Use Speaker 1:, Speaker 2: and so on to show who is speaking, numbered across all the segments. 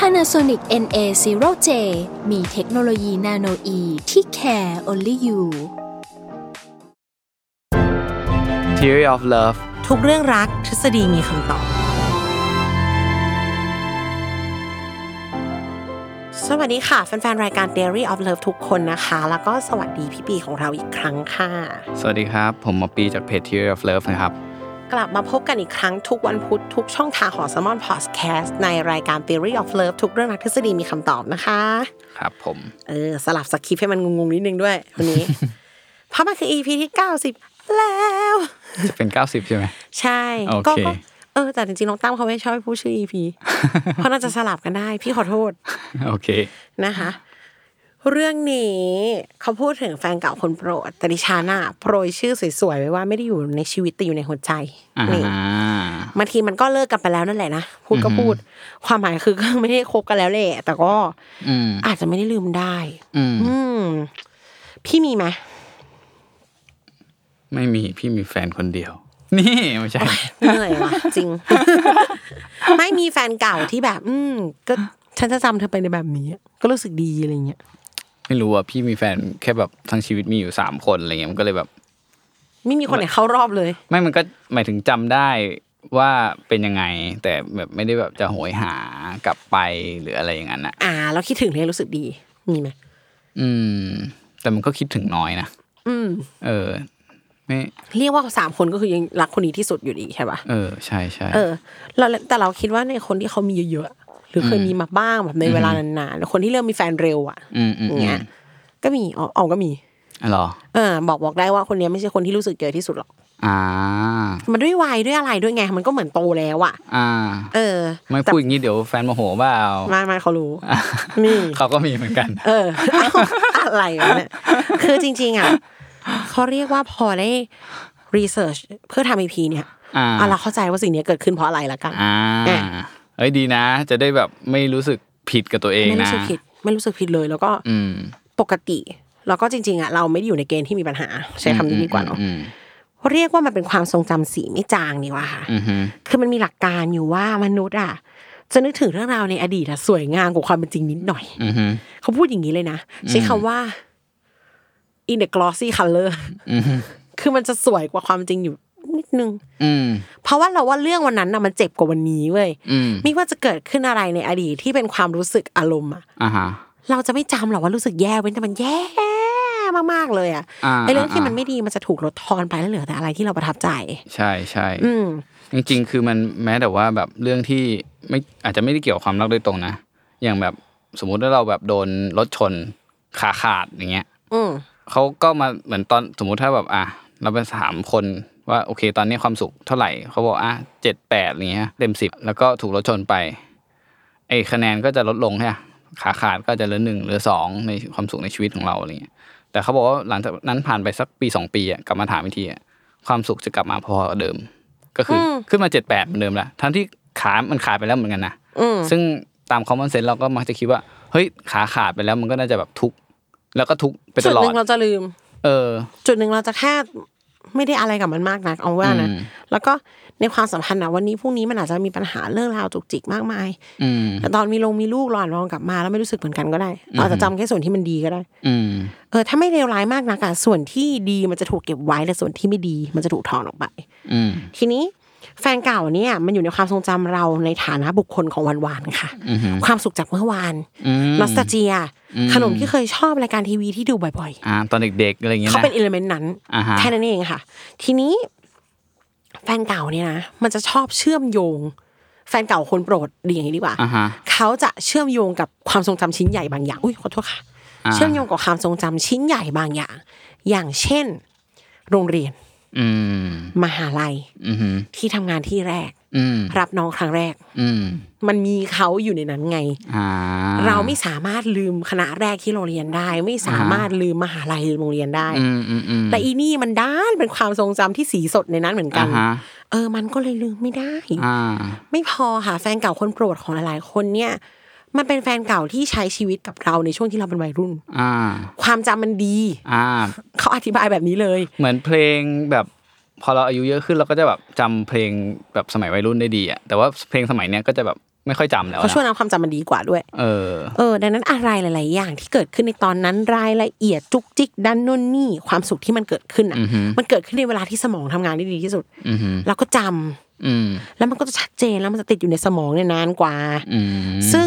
Speaker 1: Panasonic NA0J มีเทคโนโลยีนาโนอีที่ care only you
Speaker 2: Theory of Love
Speaker 3: ทุกเรื่องรักทฤษฎีมีคำตอบ สวัสดีค่ะ แฟนๆ รายการ Dairy of Love ทุกคนนะคะ แล้วก็สวัสดีพี่ปีของเราอีกครั้งค่ะ
Speaker 2: สวัสดีครับ ผมหมอปีจากเพจ Theory of Love นะครับ
Speaker 3: กลับมาพบกันอีกครั้งทุกวันพุธทุกช่องทางของ s ม m o n Podcast ในรายการ Theory of Love ทุกเรื่องรักทฤษฎีมีคำตอบนะคะ
Speaker 2: ครับผม
Speaker 3: เออ สลับสคริปต์ให้มันงงๆ นิดนึงด้วยวันนี้ เพราะมันคือ EP ที่ 90 แล้ว
Speaker 2: จะเป็น 90 ใช่ไหม
Speaker 3: ใช่
Speaker 2: โอเค
Speaker 3: ก็ก็เออแต่จริงๆน้องตั้มเขาไม่ชอบให้พูดชื่อ EP เพราะน่าจะสลับกันได้พี่ขอโทษ
Speaker 2: โอเค
Speaker 3: นะคะ เรื่องนี้เขาพูดถึงแฟนเก่าคนโปรด แต่ดิฉันอะโปรยชื่อสวยๆไว้ว่าไม่ได้อยู่ในชีวิตแต่อยู่ในหัวใจ
Speaker 2: อ่า
Speaker 3: นี่บางทีมันก็เลิกกันไปแล้วนั่นแหละนะพูดก็พูด ความหมายคือก็ไม่ได้คบกันแล้วแหละแต่ก็
Speaker 2: อืม
Speaker 3: อาจจะไม่ได้ลืมได้
Speaker 2: อืม
Speaker 3: อืม พี่มีไหม
Speaker 2: ไม่มีพี่มีแฟนคนเดียว นี่ไม่ใช่
Speaker 3: เหนื่อยว่ะจริ ง ไม่มีแฟนเก่าที่แบบ อืม ก็ฉันจะจำเธอไปในแบบนี้อะก็รู้สึกดีอะไรเงี้ย
Speaker 2: ไม่รู้อ่ะ พี่มีแฟนแค่แบบทั้งชีวิตมีอยู่ 3 คนอะไรเงี้ยมันก็เลยแบบ
Speaker 3: ไม่มีคนไหนเข้ารอบเลย
Speaker 2: ไม่มันก็หมายถึงจำได้ว่าเป็นยังไง แต่แบบไม่ได้แบบจะโหยหากลับไปหรืออะไรอย่างนั้นอ่ะ
Speaker 3: อ่า เราคิดถึงเลยรู้สึกดี มีไหม
Speaker 2: อืม แต่มันก็คิดถึงน้อยนะ
Speaker 3: อืม
Speaker 2: เออ ไม่
Speaker 3: เรียกว่าสามคนก็คือยังรักคนนี้ที่สุดอยู่ดีใช่ปะ
Speaker 2: เออ ใช่ใช่
Speaker 3: เออ เราแต่เราคิดว่าในคนที่เขามีเยอะๆ หรือเคยมีมาบ้างแบบในเวลานานๆแล้วคนที่เริ่มมีแฟนเร็วอ่ะ
Speaker 2: อืมอืม
Speaker 3: อ
Speaker 2: อื
Speaker 3: ย่า
Speaker 2: ม
Speaker 3: งเงี้ย ก็มีอ๋ออ๋อก็มี
Speaker 2: อ๋อเหรอ
Speaker 3: เออ บอกบอกได้ว่าคนเนี้ยไม่ใช่คนที่รู้สึกเยอะที่สุดหรอก
Speaker 2: อ่า
Speaker 3: มันด้วยวัยด้วยอะไรด้วยไง มันก็เหมือนโตแล้วอ่ะ
Speaker 2: อ่า
Speaker 3: เออ
Speaker 2: ไม่พูดอย่างนี้เดี๋ยวแฟนโมโหเปล่า
Speaker 3: ไม่ไม่เขารู้ นี่
Speaker 2: เขาก็มีเหมือนกัน
Speaker 3: เออเอาอะไรวะเนี่ย คือจริง ๆ อ่ะเขาเรียกว่าพอได้รีเสิร์ชเพื่อทำอีพีเนี่ย
Speaker 2: อ่า
Speaker 3: อ่ะเราเข้าใจว่าสิ่งเนี้ยเกิดขึ้นเพราะอะไรละกัน
Speaker 2: อ่า
Speaker 3: อ่ะ
Speaker 2: เอ้ยดีนะ จะได้แบบไม่รู้สึกผิดกับตัวเอง
Speaker 3: ไม่รู้
Speaker 2: นะ
Speaker 3: สึกผิด ไม่รู้สึกผิดเลย แล้วก็
Speaker 2: อืม
Speaker 3: ปกติ แล้วก็จริง ๆ อ่ะ เราไม่ได้อยู่ในเกณฑ์ที่มีปัญหา ใช้คำนี้ดีกว่าเนาะ
Speaker 2: อืม
Speaker 3: เรียกว่ามันเป็นความทรงจำสีไม่จางดีกว่าค่ะ
Speaker 2: อืมอืม
Speaker 3: คือมันมีหลักการอยู่ว่ามนุษย์อ่ะ จะนึกถึงเรื่องราวในอดีตอ่ะสวยงามกว่าความเป็นจริงนิดหน่อย
Speaker 2: อืมอืม
Speaker 3: เขาพูดอย่างนี้เลยนะใช้คำว่า in the glossy color คือมันจะสวยกว่าความจริงอยู่นิดนึง
Speaker 2: อืม
Speaker 3: เพราะว่าเราว่าเรื่องวันนั้นน่ะมันเจ็บกว่าวันนี้เว้ย
Speaker 2: อืม
Speaker 3: ไม่ว่าจะเกิดขึ้นอะไรในอดีตที่เป็นความรู้สึกอารมณ์อะ
Speaker 2: อ่าฮะ
Speaker 3: เราจะไม่จำหรอกว่ารู้สึกแย่เว้นแต่มันแย่มากๆเลยอะ
Speaker 2: อ่า
Speaker 3: ไอเรื่องที่มันไม่ดีมันจะถูกลดทอนไปแล้วเหลือแต่อะไรที่เราประทับใจ
Speaker 2: ใช่ใช่
Speaker 3: อืม
Speaker 2: จริง ๆ คือมันแม้แต่ว่าแบบเรื่องที่ไม่อาจจะไม่ได้เกี่ยวกับความรักโดยตรงนะ อย่างแบบสมมุติว่าเราแบบโดนรถชนขาขาดอย่างเงี้ย
Speaker 3: อืม
Speaker 2: เขาก็มาเหมือนตอนสมมุติถ้าแบบอ่ะเราไปถามคนว่าโอเค ตอนนี้ความสุขเท่าไหร่เขาบอกอ่ะเจ็ดแปดอย่างเงี้ยเต็มสิบแล้วก็ถูกรถชนไปไอ้คะแนนก็จะลดลงใช่ไหมขาขาดก็จะเหลือหนึ่งเหลือสองในความสุขในชีวิตของเราอะไรเงี้ยแต่เขาบอกว่าหลังจากนั้นผ่านไปสักปีสองปีอ่ะกลับมาถามอีกทีอ่ะความสุขจะกลับมาพอๆกับเดิม ก็คืออขึ้นมาเจ็ดแปดเหมือนเดิมละทั้งที่ขามันขาดไปแล้วเหมือนกันนะซึ่งตามคอมมอนเซนส์เราก็มักจะคิดว่าเฮ้ยขาขาดไปแล้วมันก็น่าจะแบบทุกข์แล้วก็ทุกข์ไป
Speaker 3: จุ
Speaker 2: ต
Speaker 3: ด
Speaker 2: ลอ
Speaker 3: ห
Speaker 2: ด
Speaker 3: นึ่งเราจะลืม
Speaker 2: เออ
Speaker 3: จุดหนึ่งเราจะแค่ไม่ได้อะไรกับมันมากนักเอาว่านะ
Speaker 2: อืม
Speaker 3: แล้วก็ในความสัมพันธ์นะวันนี้พรุ่งนี้มันอาจจะมีปัญหาเรื่องราวจุกจิกมากมาย
Speaker 2: อืม
Speaker 3: แต่ตอนมีลงมีลูกเราอาจมองกลับมาแล้วไม่รู้สึกเหมือนกันก็ได้เราอาจจะจำแค่ส่วนที่มันดีก็ได้
Speaker 2: อืม
Speaker 3: เออถ้าไม่เลวร้ายมากนักอะส่วนที่ดีมันจะถูกเก็บไว้แต่ส่วนที่ไม่ดีมันจะถูกถอนออกไป
Speaker 2: อืม
Speaker 3: ทีนี้แฟนเก่าเนี่ยมันอยู่ในความทรงจำเราในฐานะบุคคลของวันวานๆค่ะ ความสุขจากเมื่อวาน
Speaker 2: อืม
Speaker 3: นอสตาเจีย ขนมที่เคยชอบรายการทีวีที่ดูบ่อย ๆ
Speaker 2: อ่า ตอนเด็กๆ อะไรอย่างเงี้ย
Speaker 3: เขา
Speaker 2: นะ
Speaker 3: เป็นอิเลเมนต์นั้น
Speaker 2: อ่าฮะ
Speaker 3: แค่นั้นเองค่ะ ทีนี้แฟนเก่าเนี่ยนะมันจะชอบเชื่อมโยง แฟนเก่าคนโปรดดีอย่างนี้ดีกว่า
Speaker 2: อ่าฮะ
Speaker 3: เขาจะเชื่อมโยงกับความทรงจำชิ้นใหญ่บางอย่างอุ้ยขอโทษค่ะ
Speaker 2: อ่า
Speaker 3: เชื่อมโยงกับความทรงจำชิ้นใหญ่บางอย่าง อย่างเช่น โรงเรียน
Speaker 2: อืม
Speaker 3: มหาลัย
Speaker 2: อืม
Speaker 3: ที่ทำงานที่แรก
Speaker 2: อืม
Speaker 3: รับน้องครั้งแรก
Speaker 2: อืม
Speaker 3: มันมีเขาอยู่ในนั้นไง
Speaker 2: อ่า
Speaker 3: เราไม่สามารถลืมคณะแรกที่เราเรียนได้ ไม่สามารถลืมมหาลัยโรงเรียนได้
Speaker 2: อืมอืมอืม
Speaker 3: แต่อีนี่มันด้านเป็นความทรงจำที่สีสดในนั้นเหมือนกั
Speaker 2: อ่าน ฮะ
Speaker 3: เออ มันก็เลยลืมไม่ได้
Speaker 2: อ่า
Speaker 3: ไม่พอค่ะแฟนเก่าคนโปรดของหลายๆคนเนี่ย มันเป็นแฟนเก่าที่ใช้ชีวิตกับเราในช่วงที่เราเป็นวัยรุ่น
Speaker 2: อ่า
Speaker 3: ความจำมันดี
Speaker 2: อ่า
Speaker 3: เขาอธิบายแบบนี้เลย
Speaker 2: เหมือนเพลงแบบพอเราอายุเยอะขึ้นเราก็จะแบบจำเพลงแบบสมัยวัยรุ่นได้ดีอ่ะแต่ว่าเพลงสมัยเนี้ยก็จะแบบไม่ค่อยจำแล้ว
Speaker 3: เขา
Speaker 2: นะ
Speaker 3: ช่วยทำความจำมันดีกว่าด้วย
Speaker 2: เออ
Speaker 3: เออ ดังนั้นอะไรหลาย ๆ อย่างที่เกิดขึ้นในตอนนั้นรายละเอียดจุกจิกดันนู่นนี่ความสุขที่มันเกิดขึ้นอ่ะ
Speaker 2: อือฮึ
Speaker 3: มันเกิดขึ้นในเวลาที่สมองทำงานได้ดีที่สุด
Speaker 2: อืม
Speaker 3: แล้วก็จำ
Speaker 2: อืม
Speaker 3: แล้วมันก็จะชัดเจนแล้วมันจะติดอยู่ในสมองเนี่ยนานกว่า
Speaker 2: อืม
Speaker 3: ซึ่ง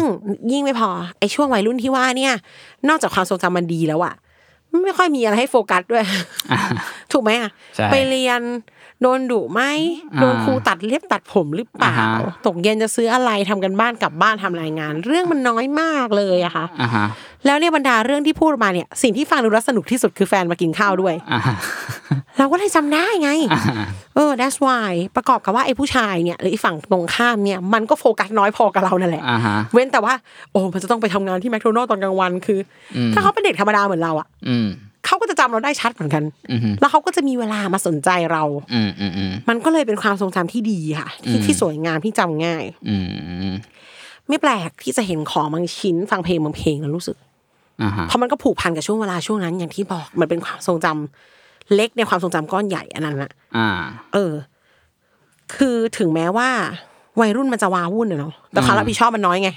Speaker 3: ยิ่งไม่พอไอ้ช่วงวัยรุ่นที่ว่าเนี่ย นอกจากความทรงจำมันดีแล้วอะไม่ค่อยมีอะไรให้โฟกัสด้วย
Speaker 2: อ่า
Speaker 3: ถูกไหมอะ
Speaker 2: ใช่
Speaker 3: ไปเรียน โดนดุไหม
Speaker 2: อ่า
Speaker 3: โดนครูตัดเล็บตัดผมหรือเปล่า
Speaker 2: อ่าฮะ
Speaker 3: ตกเย็นจะซื้ออะไรทำกันบ้านกลับบ้านทำรายงาน เรื่องมันน้อยมากเลยอะค่ะ
Speaker 2: อ่าฮะ
Speaker 3: แล้วเนี่ยบรรดาเรื่องที่พูดมาเนี่ย สิ่งที่ฟังดูแล้วสนุกที่สุดคือแฟนมากินข้าวด้วย
Speaker 2: อ่าฮะ
Speaker 3: เราก็เลยจำได้ไง เออ that's why ประกอบกับว่าไอ้ผู้ชายเนี่ยหรือไอ้ฝั่งตรงข้ามเนี่ยมันก็โฟกัสน้อยพอกับเรานั่นแหละ
Speaker 2: อ่าฮะ
Speaker 3: เว้นแต่ว่า โอ้มันจะต้องไปทำงานที่แมคโดนัลตอนกลางวันคืออถ้าเขาเป็นเด็กธรรมดาเหมือนเราอ่ะ
Speaker 2: อืม
Speaker 3: เขาก็จะจำเราได้ชัดเหมือนกัน
Speaker 2: อืม
Speaker 3: แล้วเขาก็จะมีเวลามาสนใจเรา
Speaker 2: อืมอืมอืม
Speaker 3: มันก็เลยเป็นความทรงจำที่ดีค่ะ ที่ที่สวยงามที่จำง่าย
Speaker 2: อืม
Speaker 3: ไม่แปลกที่จะเห็นของบางชิ้นฟังเพลงบางเพลงแล้วรู้สึก
Speaker 2: อ่าฮะ
Speaker 3: เพราะมันก็ผูกพันกับช่วงเวลาช่วงนั้นอย่างที่บอกมันเป็นความทรงจำเล็กในความทรงจำก้อนใหญ่อันนั้นอะ
Speaker 2: อ่า
Speaker 3: เออ คือถึงแม้ว่า วัยรุ่นมันจะวาวุ่นอะเนาะแต่ความรับผิดชอบมันน้อยไง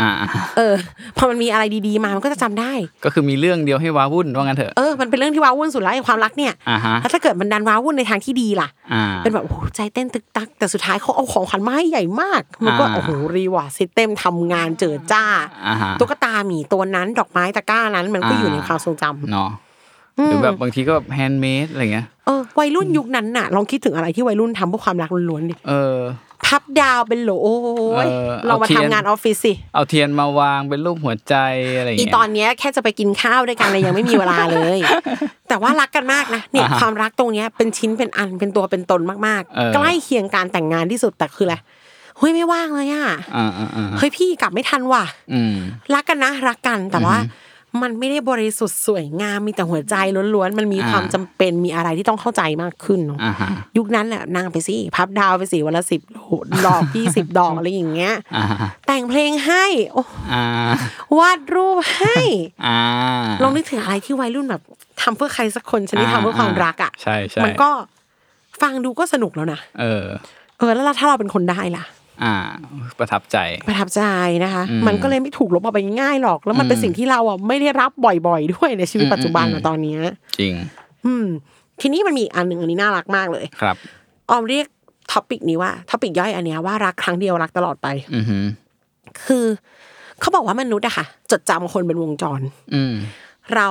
Speaker 2: อ่า
Speaker 3: เออพอมันมีอะไรดีๆมามันก็จะจำได้
Speaker 2: ก็คือมีเรื่องเดียวให้ว้าวุ่นว่างั้นเถอะ
Speaker 3: เออ มันเป็นเรื่องที่ว้าวุ่นสุดแล้วไอ้ความรักเนี่ย
Speaker 2: อ่าฮะ
Speaker 3: แล้วถ้าเกิดมันดันว้าวุ่นในทางที่ดีล่ะ
Speaker 2: อ่า
Speaker 3: เป็นแบบโอ้โหใจเต้นตึกตัก แต่สุดท้ายเขาเอาของขวัญมาให้ใหญ่มาก มันก็
Speaker 2: อ่า
Speaker 3: โอ้โหรีวอร์ดซิสเต็มทำงานเจิดจ้า
Speaker 2: อ่าฮะ
Speaker 3: ตุ๊กตาหมีตัวนั้นดอกไม้ตะกร้านั้น มันก็
Speaker 2: อ่า
Speaker 3: อยู่ในความทรงจำ
Speaker 2: เนาะหรือแบบบางทีก็แบบแฮนด์เมดอะไรเงี้ย
Speaker 3: เออวัยรุ่นยุคนั้นน่ะลองคิดถึงอะไรที่วัยรุ่นทำเพื่อความรักล้วนๆดิ
Speaker 2: เออ
Speaker 3: พับดาวเป็นโหลโอ้ย
Speaker 2: เออ
Speaker 3: เรามา
Speaker 2: เอาเทีย
Speaker 3: ทำ
Speaker 2: น
Speaker 3: งานออฟฟิศสิ
Speaker 2: เอาเทียนมาวางเป็นรูปหัวใจอะไรอย่าง
Speaker 3: อี
Speaker 2: เงี้ย
Speaker 3: ตอนเนี้ยแค่จะไปกินข้าวด้วยกันเลยยังไม่มีเวลาเลย แต่ว่ารักกันมากนะเนี่ย
Speaker 2: อ่าฮะ
Speaker 3: ความรักตรงเนี้ยเป็นชิ้นเป็นอันเป็นตัวเป็นตนมาก
Speaker 2: เออ
Speaker 3: ๆ ใกล้เคียงการแต่งงานที่สุดแต่คืออะไรเฮ้ยไม่ว่างเลยอ่ะ
Speaker 2: อ่าอ่าอ่า
Speaker 3: เฮ้ยพี่กลับไม่ทันว่ะ
Speaker 2: อืม
Speaker 3: รักกันนะรักกันแต่ว่า มันไม่ได้บริสุทธิ์สวยงามมีแต่หัวใจล้วนๆ มันมี
Speaker 2: อ่า
Speaker 3: ความจำเป็นมีอะไรที่ต้องเข้าใจมากขึ้นเนอะ
Speaker 2: อ่าฮะ
Speaker 3: ยุคนั้นแหละนางไปสิพับดาวไปสิวันละสิบดอกยี่สิบดอกอะไรอย่างเงี้ย
Speaker 2: อ่าฮะ
Speaker 3: แต่งเพลงให้โอ้
Speaker 2: อ่าว
Speaker 3: าดรูปให้
Speaker 2: อ่า
Speaker 3: ลองนึกถึงอะไรที่วัยรุ่นแบบทำเพื่อใครสักคนฉันนี่ทำเพื่อความรักอ่ะ
Speaker 2: ใช่ใช่
Speaker 3: มันก็ฟังดูก็สนุกแล้วนะ
Speaker 2: เออ
Speaker 3: เออแล้วถ้าเราเป็นคนได้ล่ะ
Speaker 2: อ่า ประทับใจ
Speaker 3: ประทับใจนะคะ
Speaker 2: อืม
Speaker 3: มันก็เลยไม่ถูกลบออกไปง่ายหรอก แล้วมัน
Speaker 2: อืม
Speaker 3: เป็นสิ่งที่เราอ่ะไม่ได้รับบ่อยๆ ด้วยในชีวิต
Speaker 2: อืม
Speaker 3: ปัจจุบัน
Speaker 2: อืม
Speaker 3: อะตอนเนี้ย
Speaker 2: จริง
Speaker 3: อืม ทีนี้มันมีอีกอันหนึ่งอันนี้น่ารักมากเลย
Speaker 2: ครับ
Speaker 3: ออมเรียกท็อปิกนี้ว่าท็อปิกย่อยอันเนี้ยว่ารักครั้งเดียวรักตลอดไป
Speaker 2: อือหือ
Speaker 3: คือ เขาบอกว่ามนุษย์อะค่ะ จดจำคนเป็นวงจร
Speaker 2: อืม
Speaker 3: เรา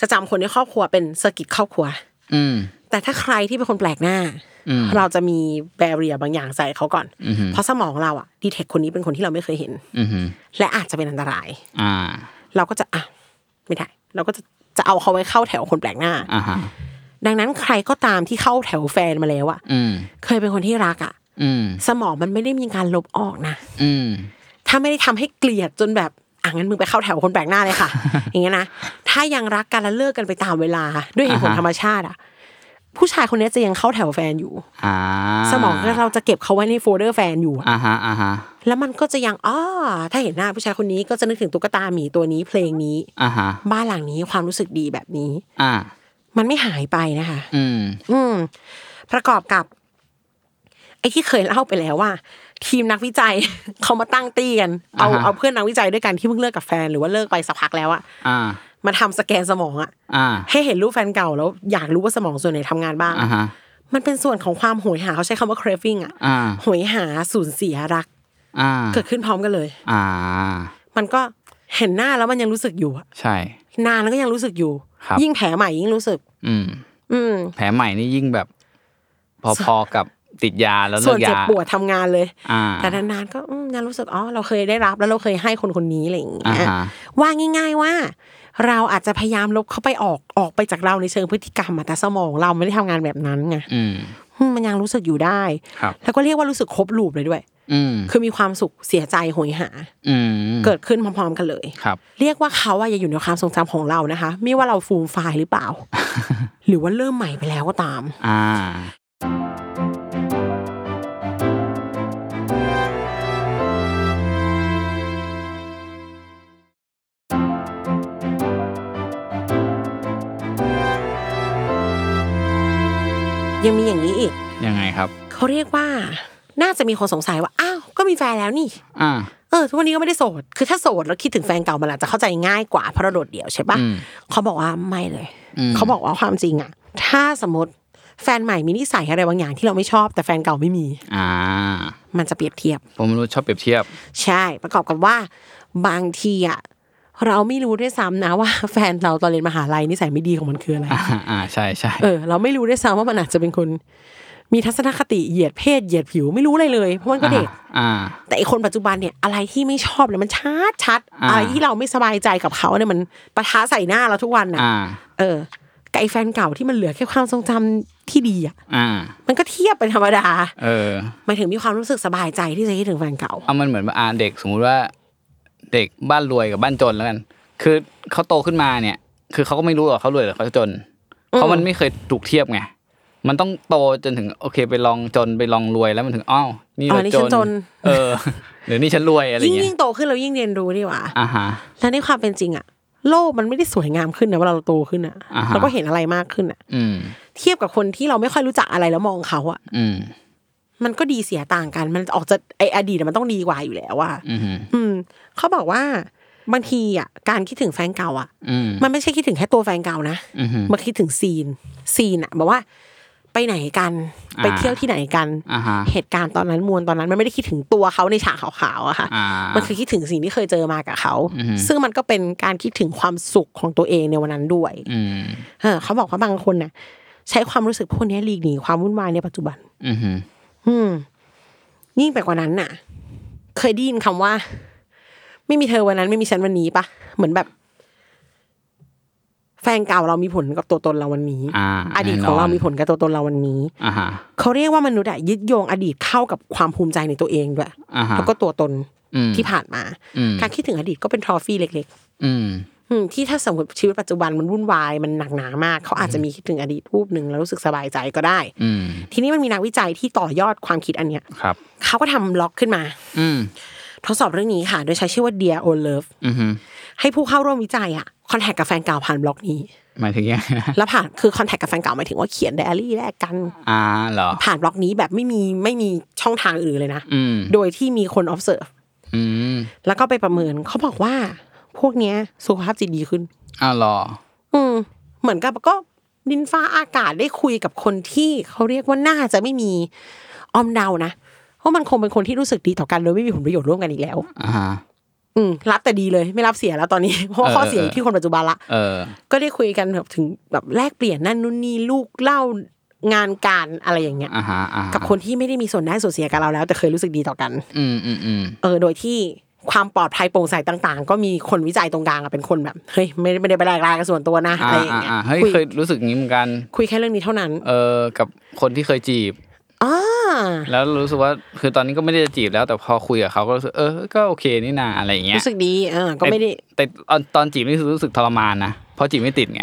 Speaker 3: จะจำคนในครอบครัวเป็นสกิตครอบครัว
Speaker 2: อืม
Speaker 3: แต่ถ้าใครที่เป็นคนแปลกหน้า
Speaker 2: อืม
Speaker 3: เราจะมีแบเรียบางอย่างใส่เขาก่อน
Speaker 2: อือหือ
Speaker 3: เพราะสมองเราอะดีเทคคนนี้เป็นคนที่เราไม่เคยเห็น
Speaker 2: อือหือ
Speaker 3: และอาจจะเป็นอันตราย
Speaker 2: อ่า
Speaker 3: เราก็จะอ่ะไม่ได้ เราก็จะจะเอาเขาไว้เข้าแถวคนแปลกหน้า
Speaker 2: อ่าฮะ
Speaker 3: ดังนั้นใครก็ตามที่เข้าแถวแฟนมาแล้วอะ
Speaker 2: อืม
Speaker 3: เคยเป็นคนที่รักอะ
Speaker 2: อืม
Speaker 3: สมองมันไม่ได้มีการลบออกนะ
Speaker 2: อืม
Speaker 3: ถ้าไม่ได้ทำให้เกลียดจนแบบอ่ะงั้นมึงไปเข้าแถวคนแปลกหน้าเลยค่ะ อย่างเงี้ยนะถ้ายังรักกันแล้วเลิกกันไปตามเวลาด้วยเหตุผล
Speaker 2: อ่าฮะ
Speaker 3: ธรรมชาติอะผู้ชายคนนี้จะยังเข้าแถวแฟนอยู่
Speaker 2: อ่า
Speaker 3: สมองเราจะเก็บเขาไว้ในโฟลเดอร์แฟนอยู่อะ
Speaker 2: อ่าฮะอ่าฮะ
Speaker 3: แล้วมันก็จะยังอ้อถ้าเห็นหน้าผู้ชายคนนี้ก็จะนึกถึงตุ๊กตาหมีตัวนี้เพลงนี้
Speaker 2: อ่าฮะ
Speaker 3: บ้านหลังนี้ความรู้สึกดีแบบนี้
Speaker 2: อ่า
Speaker 3: มันไม่หายไปนะคะ
Speaker 2: อืม
Speaker 3: อืม ประกอบกับ ไอ้ที่เคยเล่าไปแล้วว่า ทีมนักวิจัย เขามาตั้งตีกัน เอา
Speaker 2: อ่าฮะ
Speaker 3: เอาเพื่อนนักวิจัยด้วยกันที่เพิ่งเลิกกับแฟนหรือว่าเลิกไปสักพักแล้วอะ
Speaker 2: อ่า
Speaker 3: มาทำสแกนสมองอะ
Speaker 2: อ่า
Speaker 3: ให้เห็นรูปแฟนเก่าแล้วอยากรู้ว่าสมองส่วนไหนทำงานบ้าง
Speaker 2: อ่าฮะ
Speaker 3: มันเป็นส่วนของความโหยหาเขาใช้คำว่า craving อะ
Speaker 2: อ่า
Speaker 3: โหยหาสูญเสียรัก
Speaker 2: อ่า
Speaker 3: เกิดขึ้นพร้อมกันเลย
Speaker 2: อ่า
Speaker 3: มันก็เห็นหน้าแล้วมันยังรู้สึกอยู่อะ
Speaker 2: ใช่
Speaker 3: นานแล้วก็ยังรู้สึกอยู่
Speaker 2: ครับ
Speaker 3: ยิ่งแผลใหม่ยิ่งรู้สึก
Speaker 2: อืม
Speaker 3: อืม
Speaker 2: แผลใหม่นี่ยิ่งแบบ พอๆกับติดยาแล้ว
Speaker 3: ส่
Speaker 2: เลิ
Speaker 3: วน
Speaker 2: ก
Speaker 3: เจ็บ
Speaker 2: ยา
Speaker 3: ปวดทำงานเลย
Speaker 2: อ่า
Speaker 3: แต่นานๆก็อืมยังรู้สึกอ๋อเราเคยได้รับแล้วเราเคยให้คนคนนี้อะไรอย่างเงี้
Speaker 2: อ่าย ฮะ
Speaker 3: ว่าง่าย ๆว่า เราอาจจะพยายามลบเขาไปออกออกไปจากเราในเชิงพฤติกรรมอะแต่สมองเราไม่ได้ทำงานแบบนั้นไง
Speaker 2: อืม
Speaker 3: อืมมันยังรู้สึกอยู่ได้
Speaker 2: ครับ
Speaker 3: แล้วก็เรียกว่ารู้สึกครบลูปเลยด้วย
Speaker 2: อืม
Speaker 3: คือมีความสุขเสียใจโหยหา
Speaker 2: อืม
Speaker 3: เกิดขึ้นพร้อมๆกันเลย
Speaker 2: ครับ
Speaker 3: เรียกว่าเขาอะยังอยู่ในความทรงจำของเรานะคะ ไม่ว่าเราฟูมไฟล์หรือเปล่า หรือว่าเริ่มใหม่ไปแล้วก็ตาม
Speaker 2: อ่า
Speaker 3: ยังมีอย่างนี้อีก
Speaker 2: ยังไงครับ
Speaker 3: เขาเรียกว่า น่าจะมีคนสงสัยว่าอ้าวก็มีแฟนแล้วนี่
Speaker 2: อ่า
Speaker 3: เออทุกวันนี้ก็ไม่ได้โสด คือถ้าโสดแล้วคิดถึงแฟนเก่ามันอาจจะเข้าใจง่ายกว่าเพราะเราโดดเดี่ยวใช่ปะ
Speaker 2: อืม
Speaker 3: เขาบอกว่าไม่เลย
Speaker 2: อืม
Speaker 3: เขาบอกว่าความจริงอะถ้าสมมติแฟนใหม่มีนิสัยอะไรบางอย่างที่เราไม่ชอบ แต่แฟนเก่าไม่มี
Speaker 2: อ่า
Speaker 3: มันจะเปรียบเทียบ
Speaker 2: ผมรู้ชอบเปรียบเทียบ
Speaker 3: ใช่ ประกอบกับว่า บางทีอะเราไม่รู้ด้วยซ้ำนะว่า แฟนเราตอนเรียนมหาลัยนิสัยไม่ดีของมันคืออะไร
Speaker 2: อ่าอ่าใช่ใช่
Speaker 3: เออ เราไม่รู้ด้วยซ้ำว่ามันอาจจะเป็นคนมีทัศนคติเหยียดเพศเหยียดผิวไม่รู้อะไรเลยเพราะมันก็เด็ก
Speaker 2: อ่า
Speaker 3: แต่ไอคนปัจจุบันเนี่ยอะไรที่ไม่ชอบเนี่ยมันชัดชัดๆ
Speaker 2: อ่า
Speaker 3: อะไรที่เราไม่สบายใจกับเขาเนี่ยมันปะทะใส่หน้าเราทุกวันนะ
Speaker 2: อ่า
Speaker 3: เออกับไอแฟนเก่าที่มันเหลือแค่ความทรงจำที่ดีอ่ะ
Speaker 2: อ่า
Speaker 3: มันก็เทียบเป็นธรรมดา
Speaker 2: เออ
Speaker 3: หมายถึงมีความรู้สึกสบายใจที่จะคิดถึงแฟนเก่า
Speaker 2: เอามันเหมือนว่าอ่าเด็กสมมุติว่า เด็กบ้านรวยกับบ้านจนแล้วกัน คือเขาโตขึ้นมาเนี่ย คือเขาก็ไม่รู้หรอกเขารวยหรือเขาจน เพราะมันไม่เคยถูกเทียบไง มันต้องโตจนถึงโอเค ไปลองจนไปลองรวยแล้วมันถึงอ้าวนี่
Speaker 3: อ๋อ
Speaker 2: เรา
Speaker 3: นี่
Speaker 2: จ
Speaker 3: ฉัน
Speaker 2: น
Speaker 3: จน
Speaker 2: เออ หรือนี่ฉันรวยอะไร
Speaker 3: ยิ่ง
Speaker 2: เงี้
Speaker 3: ยิ่
Speaker 2: ย
Speaker 3: งโตขึ้นเรายิ่งเรียนรู้ดีกว่า
Speaker 2: อ่าฮะ
Speaker 3: และในความเป็นจริงอ่ะ โลกมันไม่ได้สวยงามขึ้นนะเวลาเราโตขึ้นอ่ะ
Speaker 2: อ่าฮะ
Speaker 3: เราก็เห็นอะไรมากขึ้นอ่ะ
Speaker 2: อืม
Speaker 3: เทียบกับคนที่เราไม่ค่อยรู้จักอะไรแล้วมองเขาอ่ะ
Speaker 2: อืม
Speaker 3: มันก็ดีเสียต่างกัน มันออกจะไออดีตอะมันต้องดีกว่าอยู่แล้วอ่ะ
Speaker 2: อืม
Speaker 3: อืมเขาบอกว่าบางทีอ่ะการคิดถึงแฟนเก่าอ่ะ
Speaker 2: อืม
Speaker 3: มันไม่ใช่คิดถึงแค่ตัวแฟนเก่านะ
Speaker 2: อืม
Speaker 3: มันคิดถึงซีนซีนอ่ะแบบว่า ไปไหนกัน
Speaker 2: อ่า
Speaker 3: ไปเที่ยวที่ไหนกัน
Speaker 2: อ่าฮะ
Speaker 3: เหตุการณ์ตอนนั้นมวลตอนนั้นมันไม่ได้คิดถึงตัวเขาในฉากขาวๆอะค่ะ
Speaker 2: อ่า
Speaker 3: มันคือคิดถึงสิ่งที่เคยเจอมากับเขา
Speaker 2: อือหือ
Speaker 3: ซึ่งมันก็เป็นการคิดถึงความสุขของตัวเองในวันนั้นด้วย
Speaker 2: อืม
Speaker 3: เออเขาบอกว่าบางคนน่ะ ใช้ความรู้สึกพวกนี้หลีกหนีความวุ่นวายในปัจจุบัน
Speaker 2: อืม
Speaker 3: อืมยิ่งไปกว่านั้นน่ะ เคยได้ยินคำว่า ไม่มีเธอวันนั้นไม่มีฉันวันนี้ปะเหมือนแบบ แฟนเก่าเรามีผลกับตัวตนเราวันนี้
Speaker 2: อ่า
Speaker 3: อดีตของเรามีผลกับตัวตนเราวันนี้
Speaker 2: อ่าฮะ
Speaker 3: เขาเรียกว่ามนุษย์อะยึดโยงอดีตเข้ากับความภูมิใจในตัวเองด้วย
Speaker 2: อ่าฮะ
Speaker 3: แล้วก็ตัวตน
Speaker 2: อืม
Speaker 3: ที่ผ่านมา
Speaker 2: อืม
Speaker 3: การคิดถึงอดีตก็เป็นทรอฟี่เล็ก
Speaker 2: อืม
Speaker 3: ๆอืมที่ถ้าสมมติชีวิตปัจจุบันมันวุ่นวายมันหนักหนามากเขาอาจจะมีคิดถึงอดีตรูปหนึ่งแล้วรู้สึกสบายใจก็ได้
Speaker 2: อืม
Speaker 3: ทีนี้มันมีนักวิจัยที่ต่อยอดความคิดอันเนี้ย
Speaker 2: ครับ
Speaker 3: เขาก็ทำล็อกขึ้นมา
Speaker 2: อืม
Speaker 3: ทดสอบเรื่องนี้ค่ะ โดยใช้ชื่อว่า Dear Old Love
Speaker 2: อืม
Speaker 3: ให้ผู้เข้าร่วมวิจัยอะคอนแทคกับแฟนเก่าผ่านบล็อกนี้
Speaker 2: หมายถึงยังไง
Speaker 3: แล้วผ่านคือคอนแทคกับแฟนเก่าหมายถึงว่าเขียนไดอารี่แลกกัน
Speaker 2: อ่าเหรอ
Speaker 3: ผ่านบล็อกนี้แบบไม่มีไม่มีช่องทางอื่นเลยนะ
Speaker 2: อืม
Speaker 3: โดยที่มีคน observe
Speaker 2: อืม
Speaker 3: แล้วก็ไปประเมินเขาบอกว่า พวกเนี้ยสุขภาพจิตดีขึ้น
Speaker 2: อ้าวเหรอ
Speaker 3: อืมเหมือนกับก็ดินฟ้าอากาศได้คุยกับคนที่เขาเรียกว่าน่าจะไม่มีออมเดานะเพราะมันคงเป็นคนที่รู้สึกดีต่อกันโดยไม่มีผลประโยชน์ร่วมกันอีกแล้ว
Speaker 2: อ่าฮะ
Speaker 3: อืมรับแต่ดีเลยไม่รับเสียแล้วตอนนี้ เพราะว่า
Speaker 2: เออ
Speaker 3: ข้อเสีย
Speaker 2: เออ
Speaker 3: อยู่ที่คนปัจจุบันละ
Speaker 2: เออ
Speaker 3: ก็ได้คุยกันแบบถึงแบบแลกเปลี่ยนนั่นนู่นนี่ลูกเล่างานการอะไรอย่างเงี้ย
Speaker 2: อ่าฮะอ่าฮะ
Speaker 3: กับคนที่ไม่ได้มีส่วนได้ส่วนเสียกับเราแล้ว แต่เคยรู้สึกดีต่อกัน
Speaker 2: อืมอืมอืม
Speaker 3: เออ โดยที่ความปลอดภัยโปร่งใสต่าง ๆ ก็มีคนวิจัยตรงกลางอะเป็นคนแบบเฮ้ยไม่ได้ไม่ได้ไปรายรายกันส่วนตัวนะ
Speaker 2: อ่า
Speaker 3: อะไรอย่า
Speaker 2: อ่า
Speaker 3: งเงี้ย
Speaker 2: อ่าเฮ้ย
Speaker 3: คุย
Speaker 2: เคยรู้สึกงี้เหมือนกัน
Speaker 3: คุยแค่เรื่องนี้เท่านั้น
Speaker 2: เออกับคนที่เคยจีบ
Speaker 3: อ่า
Speaker 2: แล้วรู้สึกว่าคือตอนนี้ก็ไม่ได้จะจีบแล้วแต่พอคุยกับเขาก็รู้สึกเออก็โอเคนี่นาอะไรอย่างเงี้ย
Speaker 3: รู้สึกดีเออก็ไม่ได้
Speaker 2: แต่ตอนตอนจีบนี่คือรู้สึกทรมานนะเพราะจีบไม่ติดไง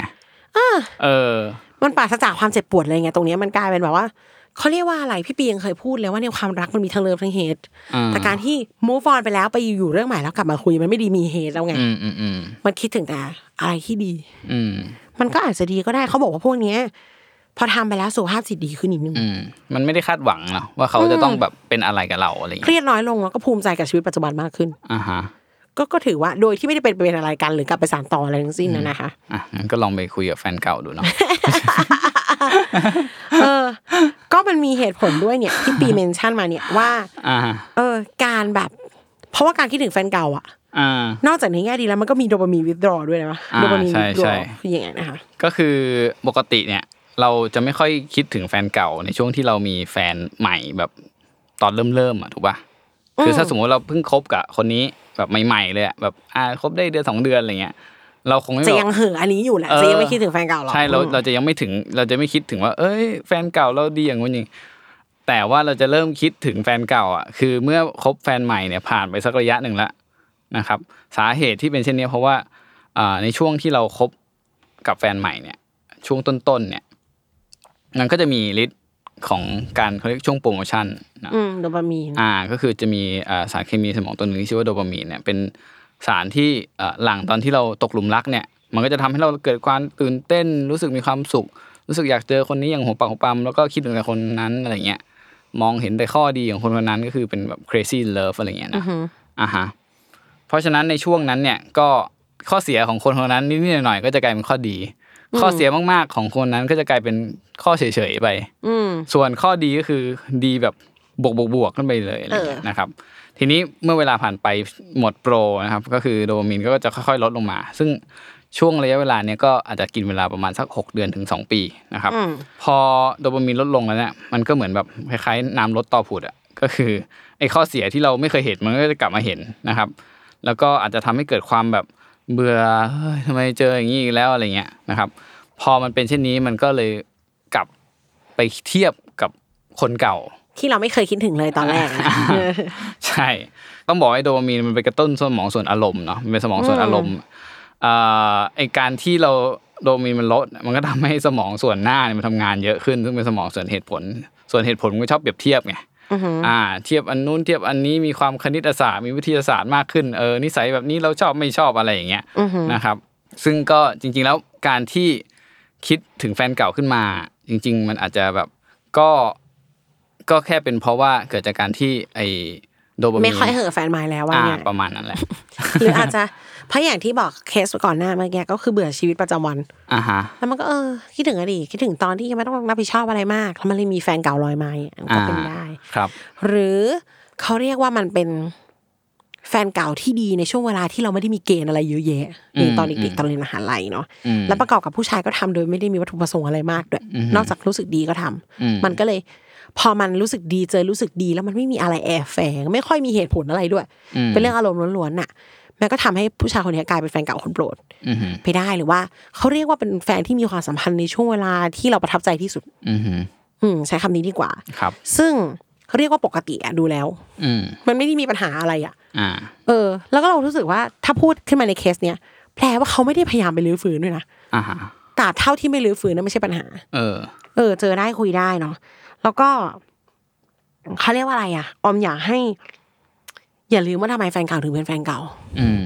Speaker 2: เออ
Speaker 3: มันปราศจากความเจ็บปวดเลยไงตรงเนี้ยมันกลายเป็นแบบว่าเขาเรียกว่าอะไรพี่ปียังเคยพูดเลยว่าในความรักมันมีทั้งเลิฟทั้งเฮด
Speaker 2: อ่า
Speaker 3: แต่การที่ move on ไปแล้วไปอยู่เรื่องใหม่แล้วกลับมาคุยมันไม่ดีมีเฮดแล้วไง
Speaker 2: อืมอืมอืม
Speaker 3: มันคิดถึงแต่อะไรที่ดี
Speaker 2: อืม
Speaker 3: มันก็อาจจะดีก็ได้เขาบอกว่าพวกเนี้ยพอทำไปแล้วสุขภาพจิตดีขึ้นนิดนึง
Speaker 2: อืมมันไม่ได้คาดหวังหรอกว่าเขาจะต้องแบบเป็นอะไรกับเราอะไรอย่าง
Speaker 3: เค
Speaker 2: เงี้ย
Speaker 3: รียดน้อยลงแล้วก็ภูมิใจกับชีวิตปัจจุบันมากขึ้น
Speaker 2: อ่าฮะ
Speaker 3: ก็ก็ถือว่าโดยที่ไม่ได้เป็นเป็นอะไรกันหรือกลับไปสานต่ออะไรทั้งสิ้นนะนะคะ
Speaker 2: อ่ะงั้นก็ลองไปคุยกับแฟนเก่าดูเนาะ
Speaker 3: เออ ก็มันมีเหตุผลด้วยเนี่ยที่ปีเมนชั่นมาเนี่ยว่า
Speaker 2: อ่า
Speaker 3: เออการแบบ เพราะว่าการคิดถึงแฟนเก่าอะ
Speaker 2: อ่า
Speaker 3: นอกจากในแง่ดีแล้วมันก็มีโดปามีนวิดรอด้วยนะ
Speaker 2: อ่า
Speaker 3: โดปามีน
Speaker 2: ใช่
Speaker 3: วิดรอ
Speaker 2: ใช่
Speaker 3: คืออย่างไงนะคะ
Speaker 2: ก็คือปกติเนี่ย เราจะไม่ค่อยคิดถึงแฟนเก่าในช่วงที่เรามีแฟนใหม่แบบตอนเริ่มเริ่มๆอ่ะถูกป่ะคือถ้าสมมติเราเพิ่งคบกับคนนี้แบบใหม่ๆเลยอะแบบอ่าคบได้เดือนสองเดือนอะไรเงี้ย เราคงไม่
Speaker 3: จะ
Speaker 2: แบบ
Speaker 3: ยังเห่อะอันนี้อยู่แหละ
Speaker 2: เออ
Speaker 3: จะยังไม่คิดถึงแฟนเก่าหรอก
Speaker 2: ใช่เรา
Speaker 3: อืม
Speaker 2: เราจะยังไม่ถึงเราจะไม่คิดถึงว่า เอ้ย แฟนเก่าเราดีอย่างงู้นอย่างนี้แต่ว่าเราจะเริ่มคิดถึงแฟนเก่าอ่ะคือเมื่อคบแฟนใหม่เนี่ยผ่านไปสักระยะหนึ่งแล้วนะครับ สาเหตุที่เป็นเช่นนี้เพราะว่าอ่าในช่วงที่เราคบกับแฟนใหม่เนี่ย ช่วงต้นๆเนี่ยมันก็จะมีฤทธิ์ของการเขาเรียกช่วงโปรโมชั่นนะ
Speaker 3: อืมโดปามีน
Speaker 2: อ่าก็คือจะมีอ่าสารเคมีสมองตัวหนึ่งที่ชื่อว่าโดปามีนเนี่ยเป็นสารที่เอ่อหลังตอนที่เราตกหลุมรักเนี่ย มันก็จะทำให้เราเกิดความตื่นเต้นรู้สึกมีความสุข รู้สึกอยากเจอคนนี้อย่างหัวปากหัวปามแล้วก็คิดถึงแต่คนนั้นอะไรเงี้ยมองเห็นแต่ข้อดีของคนคนนั้นก็คือเป็นแบบ crazy love อะไรเงี้ยนะอ่าฮะเพราะฉะนั้นในช่วงนั้นเนี่ยก็ข้อเสียของคนคนนั้นนิดๆหน่อยๆก็จะกลายเป็นข้อดี ข้อเสียมากๆของคนนั้นก็จะกลายเป็นข้อเฉยๆไป
Speaker 3: อืม
Speaker 2: ส่วนข้อดีก็คือดีแบบบวกบวกบวกขึ้นไปเลยอะไรเงี้ยนะครับ ทีนี้เมื่อเวลาผ่านไปหมดโปรนะครับ ก็คือโดปามีนก็จะค่อยๆ ลดลงมา ซึ่งช่วงระยะเวลาเนี้ยก็อาจจะกินเวลาประมาณสัก 6 เดือนถึง 2 ปีนะครับ
Speaker 3: อืม
Speaker 2: พอโดปามีนลดลงแล้วเนี่ยมันก็เหมือนแบบคล้ายๆน้ำลดต่อผุดอ่ะก็คือไอ้ข้อเสียที่เราไม่เคยเห็นมันก็จะกลับมาเห็นนะครับ แล้วก็อาจจะทำให้เกิดความแบบเบื่อเฮ้ยทำไมเจออย่างนี้อีกแล้วอะไรเงี้ยนะครับ พอมันเป็นเช่นนี้มันก็เลยกลับไปเทียบกับคนเก่า
Speaker 3: ที่เราไม่เคยคิดถึงเลยตอนแรกอะนะเออ
Speaker 2: ใช่ ต้องบอกไอ้โดปามีนมันไปกระตุ้นสมองส่วนอารมณ์เนาะมันเป็นสมองส่วนอารมณ์อ่าไอการที่เราโดปามีนมันลด มันก็ทำให้สมองส่วนหน้าเนี่ยมันทำงานเยอะขึ้น ซึ่งเป็นสมองส่วนเหตุผล ส่วนเหตุผลมันก็ชอบเปรียบเทียบไงอ่า เทียบอันนู้นเทียบอันนี้มีความคณิตศาสตร์มีวิทยาศาสตร์มากขึ้นเออนิสัยแบบนี้เราชอบไม่ชอบอะไรอย่างเงี้ยนะครับ ซึ่งก็จริงๆแล้วการที่คิดถึงแฟนเก่าขึ้นมา จริง ๆ มันอาจจะแบบก็ ก็แค่เป็นเพราะว่าเกิดจากการที่ไอโดปามีน
Speaker 3: ไม่ค่อยเห่อะแฟนไม้แล้วว่า
Speaker 2: อ่า
Speaker 3: เนี่ย
Speaker 2: ประมาณนั้นแหละ
Speaker 3: หรืออาจจะ เพราะอย่างที่บอกเคสก่อนหน้าเมื่อกี้ก็คือเบื่อชีวิตประจำวัน
Speaker 2: อ่าฮะ
Speaker 3: แล้วมันก็เออคิดถึงอดีตคิดถึงตอนที่ยังไม่ต้องรับผิดชอบอะไรมากแล้วมันเลยมีแฟนเก่าลอยมาอย่างเงี้ยมันก็เป็นได้
Speaker 2: ครับ
Speaker 3: หรือเขาเรียกว่ามันเป็นแฟนเก่าที่ดีในช่วงเวลาที่เราไม่ได้มีเกณฑ์อะไรเยอะแยะ
Speaker 2: อืม
Speaker 3: นี่ตอน
Speaker 2: อื
Speaker 3: เด็ก
Speaker 2: ม
Speaker 3: ๆตอนเรียนมหาลัยเนาะ
Speaker 2: อืม
Speaker 3: แล้วประกอบกับผู้ชายก็ทำโดยไม่ได้มีวัตถุประสงค์อะไรมากด้วย
Speaker 2: อือฮึ
Speaker 3: นอกจากรู้สึกดีก็ทำ
Speaker 2: อื
Speaker 3: มันก็เลย พอมันรู้สึกดีเจอรู้สึกดีแล้วมันไม่มีอะไรแอบแฝงไม่ค่อยมีเหตุผลอะไรด้วย
Speaker 2: ม
Speaker 3: เป็นเรื่องอารมณ์ล้วนๆน่ะมันก็ทำให้ผู้ชายคนนี้กลายเป็นแฟนเก่าคนโปรด
Speaker 2: อืมฮึ
Speaker 3: ไปได้หรือว่าเขาเรียกว่าเป็นแฟนที่มีความสัมพันธ์ในช่วงเวลาที่เราประทับใจที่สุด
Speaker 2: อืมฮึ
Speaker 3: อืมใช้คำนี้ดีกว่า
Speaker 2: ครับ
Speaker 3: ซึ่งเขาเรียกว่าปกติอะดูแล้ว
Speaker 2: อืม
Speaker 3: มันไม่ได้มีปัญหาอะไรอะ
Speaker 2: อ่า
Speaker 3: เออ แล้วก็เรารู้สึกว่าถ้าพูดขึ้นมาในเคสเนี้ยแปลว่าเขาไม่ได้พยายามไปรื้อฟื้นด้วยนะ
Speaker 2: อ่าฮะ
Speaker 3: ตราบเท่าที่ไม่รื้อฟื้นนั่นไม่ใช่ปัญหา
Speaker 2: เออ
Speaker 3: เออ เจอได้คุยได้เนาะแล้วก็เขาเรียกว่าอะไรอะออมอยากให้ อย่าลืมว่าทำไมแฟนเก่าถึงเป็นแฟนเก่า
Speaker 2: อืม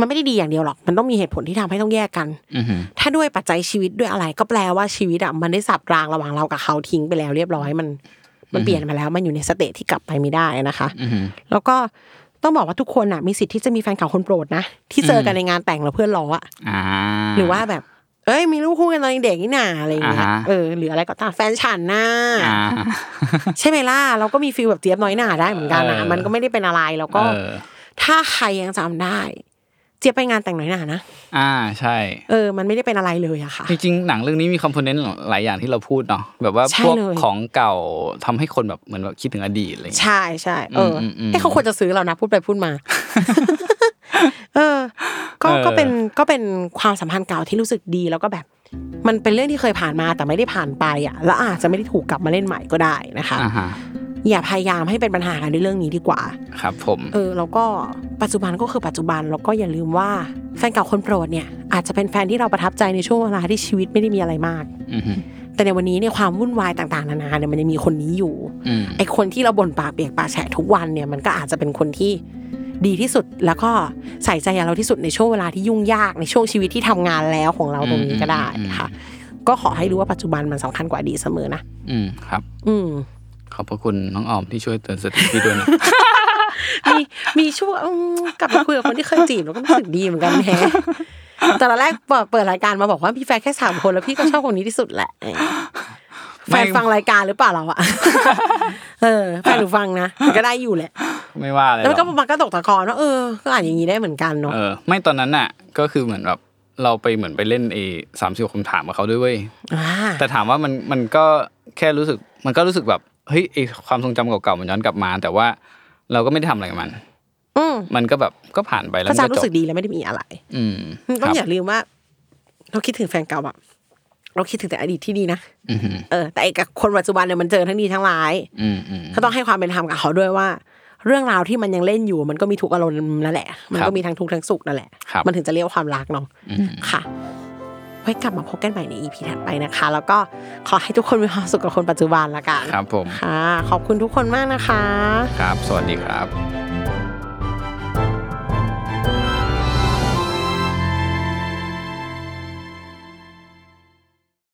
Speaker 3: มันไม่ได้ดีอย่างเดียวหรอก มันต้องมีเหตุผลที่ทำให้ต้องแยกกัน
Speaker 2: อืมฮึ
Speaker 3: ถ้าด้วยปัจจัยชีวิตด้วยอะไร ก็แปลว่าชีวิตอ่ะมันได้สับรางระหว่างเรากับเขาทิ้งไปแล้วเรียบร้อยมัน มันเปลี่ยนมาแล้ว มันอยู่ในสเตจที่กลับไปไม่ได้นะคะ
Speaker 2: อืมฮึ
Speaker 3: แล้วก็ต้องบอกว่าทุกคนอ่ะมีสิทธิ์ที่จะมีแฟนเก่าคนโปรดนะที่เจอกันในงานแต่งแล้วเพื่อนล้ออ่ะ
Speaker 2: อ่า
Speaker 3: หรือว่าแบบ เอ้ยมีลูกคู่กันตอนเด็กนี่หนาอะไรอย่างเงี้ย
Speaker 2: อ่าฮะ
Speaker 3: เออหรืออะไรก็ตามแฟนฉันน่ะ
Speaker 2: อ่า
Speaker 3: ใช่ไหมล่ะเราก็มีฟีลแบบเจี๊ยบน้อยหนาได้เหมือนกันนะ
Speaker 2: เออ
Speaker 3: มันก็ไม่ได้เป็นอะไรแล้วก็
Speaker 2: เออ
Speaker 3: ถ้าใครยังจำได้ เจี๊ยบไปงานแต่งน้อยหนานะ
Speaker 2: อ่า ใช่
Speaker 3: เออ มันไม่ได้เป็นอะไรเลยอะค่ะ
Speaker 2: จริงๆ หนังเรื่องนี้มีคอมโพเนนต์หลายอย่างที่เราพูดเนาะ แบบว่า
Speaker 3: ใช่
Speaker 2: พวก
Speaker 3: เลย
Speaker 2: ของเก่าทำให้คนแบบเหมือนแบบคิดถึงอดีตอะไรอย่างเงี้ย
Speaker 3: ใช่ใช่เอออ
Speaker 2: มอืมอืม
Speaker 3: เอ้เขาควรจะซื้อเรานะพูดไปพูดมา เออ ก็
Speaker 2: เออ
Speaker 3: ก็เป็นก็เป็นความสัมพันธ์เก่าที่รู้สึกดีแล้วก็แบบ มันเป็นเรื่องที่เคยผ่านมาแต่ไม่ได้ผ่านไปอ่ะ แล้วอาจจะไม่ได้ถูกกลับมาเล่นใหม่ก็ได้นะคะ
Speaker 2: อ่าฮะ
Speaker 3: อย่าพยายามให้เป็นปัญหากันในเรื่องนี้ดีกว่า
Speaker 2: ครับผม
Speaker 3: เออ แล้วก็ปัจจุบันก็คือปัจจุบันแล้วก็อย่าลืมว่าแฟนเก่าคนโปรดเนี่ย อาจจะเป็นแฟนที่เราประทับใจในช่วงเวลาที่ชีวิตไม่ได้มีอะไรมาก
Speaker 2: อืมฮึ
Speaker 3: แต่ในวันนี้เนี่ยความวุ่นวายต่างๆนานาเนี่ยมันยังมีคนนี้อยู่
Speaker 2: อืม
Speaker 3: ไอคนที่เราบ่นปากเปียกปากแฉะทุกวันเนี่ยมันก็อาจจะเป็นคนที่ดีที่สุดแล้วก็ใส่ใจเราที่สุดในช่วงเวลาที่ยุ่งยากในช่วงชีวิตที่ทำงานแล้วของเราตรงนี้ก็ได้ค่ะ ก็ขอให้รู้ว่าปัจจุบันมันสำคัญกว่าอดีตเสมอนะ
Speaker 2: อืม ครับ
Speaker 3: อืม
Speaker 2: ขอบพระคุณน้องออมที่ช่วยเตือนสติพี่ ด้วยนะ
Speaker 3: มีมีช่วงอืมกลับมาคุยกับคนที่เคยจีบแล้วก็รู้สึกดีเหมือนกันแฮะ แต่ละแรกเปิดเปิดรายการมาบอกว่าพี่แฟนแค่สามคนแล้วพี่ก็ชอบคนนี้ที่สุดแหละแฟ
Speaker 2: ไม่
Speaker 3: นฟังรายการหรือเปล่าเราอะ เออแฟนหนูฟังนะมันก็ได้อยู่แหละ
Speaker 2: ไม่ว่าอะไรหร
Speaker 3: แล้ว
Speaker 2: อ
Speaker 3: มัน
Speaker 2: ก
Speaker 3: ก็มันก็ตกตะกอนว่าเออ ก็อ่านอย่างนี้ได้เหมือนกันเนาะ
Speaker 2: เออไม่ตอนนั้นน่ะก็คือเหมือนแบบเราไปเหมือนไปเล่นเอสามสิบคำถามกับเขาด้วยเว้ย
Speaker 3: อ่า
Speaker 2: แต่ถามว่ามันมันก็แค่รู้สึกมันก็รู้สึกแบบเฮ้ยไอความทรงจำเก่าๆมันย้อนกลับมา แต่ว่าเราก็ไม่ได้ทำอะไรกับมัน
Speaker 3: อืม
Speaker 2: มันก็แบบก็ผ่านไปแล้ว
Speaker 3: ก็
Speaker 2: มัน
Speaker 3: จะ
Speaker 2: ก็
Speaker 3: รู้
Speaker 2: จ
Speaker 3: สึ
Speaker 2: บ
Speaker 3: กดีแล้วไม่ได้มีอะไร
Speaker 2: อืมค
Speaker 3: ต้อ
Speaker 2: รั
Speaker 3: ง
Speaker 2: บ
Speaker 3: อย่าลืมว่า เราคิดถึงแฟนเก่าอะเราคิดถึงแต่อดีตที่ดีนะ
Speaker 2: อืม
Speaker 3: เออแต่ไอ้กับคนปัจจุบันเนี่ยมันเจอทั้งดีทั้งร้าย
Speaker 2: อืมอืม
Speaker 3: ก็ต้องให้ความเป็นธรรมกับเขาด้วยว่า เรื่องราวที่มันยังเล่นอยู่ มันก็มีทุกข์อารมณ์นั่นแหละ มัน
Speaker 2: ครั
Speaker 3: ก็
Speaker 2: บ
Speaker 3: มีทั้งทุกข์ทั้งสุขนั่นแหละ
Speaker 2: ครับ
Speaker 3: มันถึงจะเรียกว่าความรักเนาะ
Speaker 2: อืม
Speaker 3: ค่ะไว้กลับมาพบกันใหม่ใน EP ถัดไปนะคะ แล้วก็ขอให้ทุกคนมีความสุขกับคนปัจจุบันละกัน
Speaker 2: ครับผม
Speaker 3: ค่ะ ขอบคุณทุกคนมากนะคะ
Speaker 2: ครับ สวัสดีครับ